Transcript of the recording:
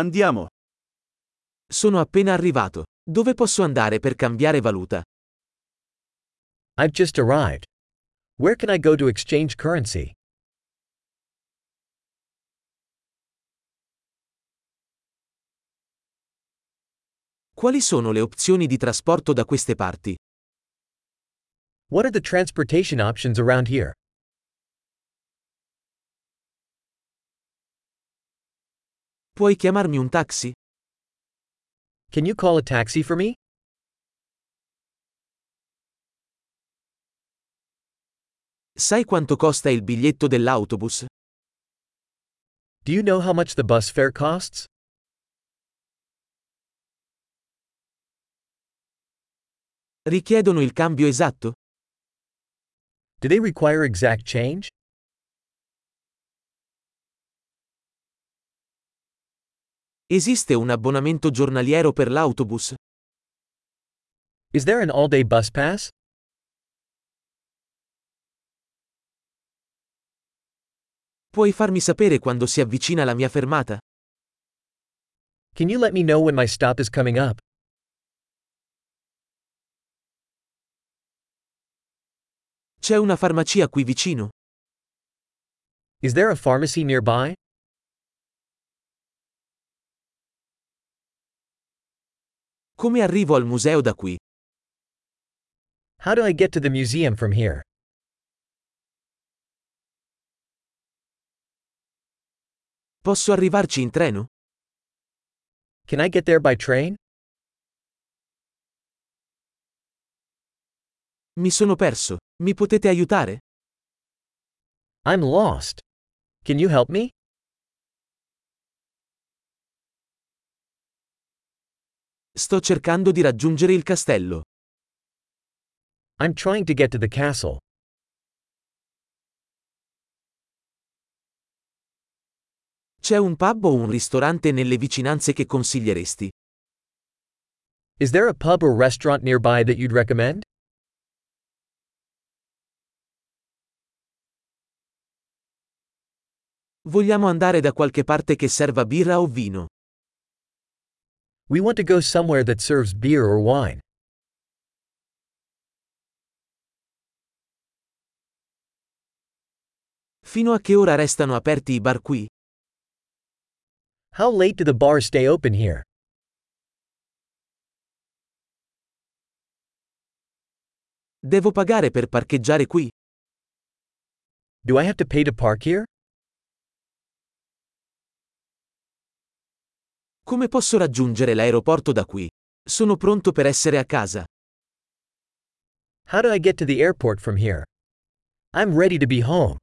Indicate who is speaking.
Speaker 1: Andiamo.
Speaker 2: Sono appena arrivato. Dove posso andare per cambiare valuta?
Speaker 3: I've just arrived. Where can I go to exchange currency?
Speaker 2: Quali sono le opzioni di trasporto da queste parti?
Speaker 3: What are the transportation options around here?
Speaker 2: Puoi chiamarmi un taxi?
Speaker 3: Can you call a taxi for me?
Speaker 2: Sai quanto costa il biglietto dell'autobus?
Speaker 3: Do you know how much the bus fare costs?
Speaker 2: Richiedono il cambio esatto?
Speaker 3: Do they require exact change?
Speaker 2: Esiste un abbonamento giornaliero per l'autobus?
Speaker 3: Is there an all day bus pass?
Speaker 2: Puoi farmi sapere quando si avvicina la mia fermata?
Speaker 3: Can you let me know when my stop is coming up?
Speaker 2: C'è una farmacia qui vicino?
Speaker 3: Is there a pharmacy nearby?
Speaker 2: Come arrivo al museo da qui?
Speaker 3: How do I get to the museum from here?
Speaker 2: Posso arrivarci in treno?
Speaker 3: Can I get there by train?
Speaker 2: Mi sono perso. Mi potete aiutare?
Speaker 3: I'm lost. Can you help me?
Speaker 2: Sto cercando di raggiungere il castello.
Speaker 3: I'm trying to get to the castle.
Speaker 2: C'è un pub o un ristorante nelle vicinanze che consiglieresti?
Speaker 3: Is there a pub or restaurant nearby that you'd recommend?
Speaker 2: Vogliamo andare da qualche parte che serva birra o vino.
Speaker 3: We want to go somewhere that serves beer or wine.
Speaker 2: Fino a che ora restano aperti i bar qui?
Speaker 3: How late do the bars stay open here?
Speaker 2: Devo pagare per parcheggiare qui?
Speaker 3: Do I have to pay to park here?
Speaker 2: Come posso raggiungere l'aeroporto da qui? Sono pronto per essere a casa.
Speaker 3: How do I get to the airport from here? I'm ready to be home.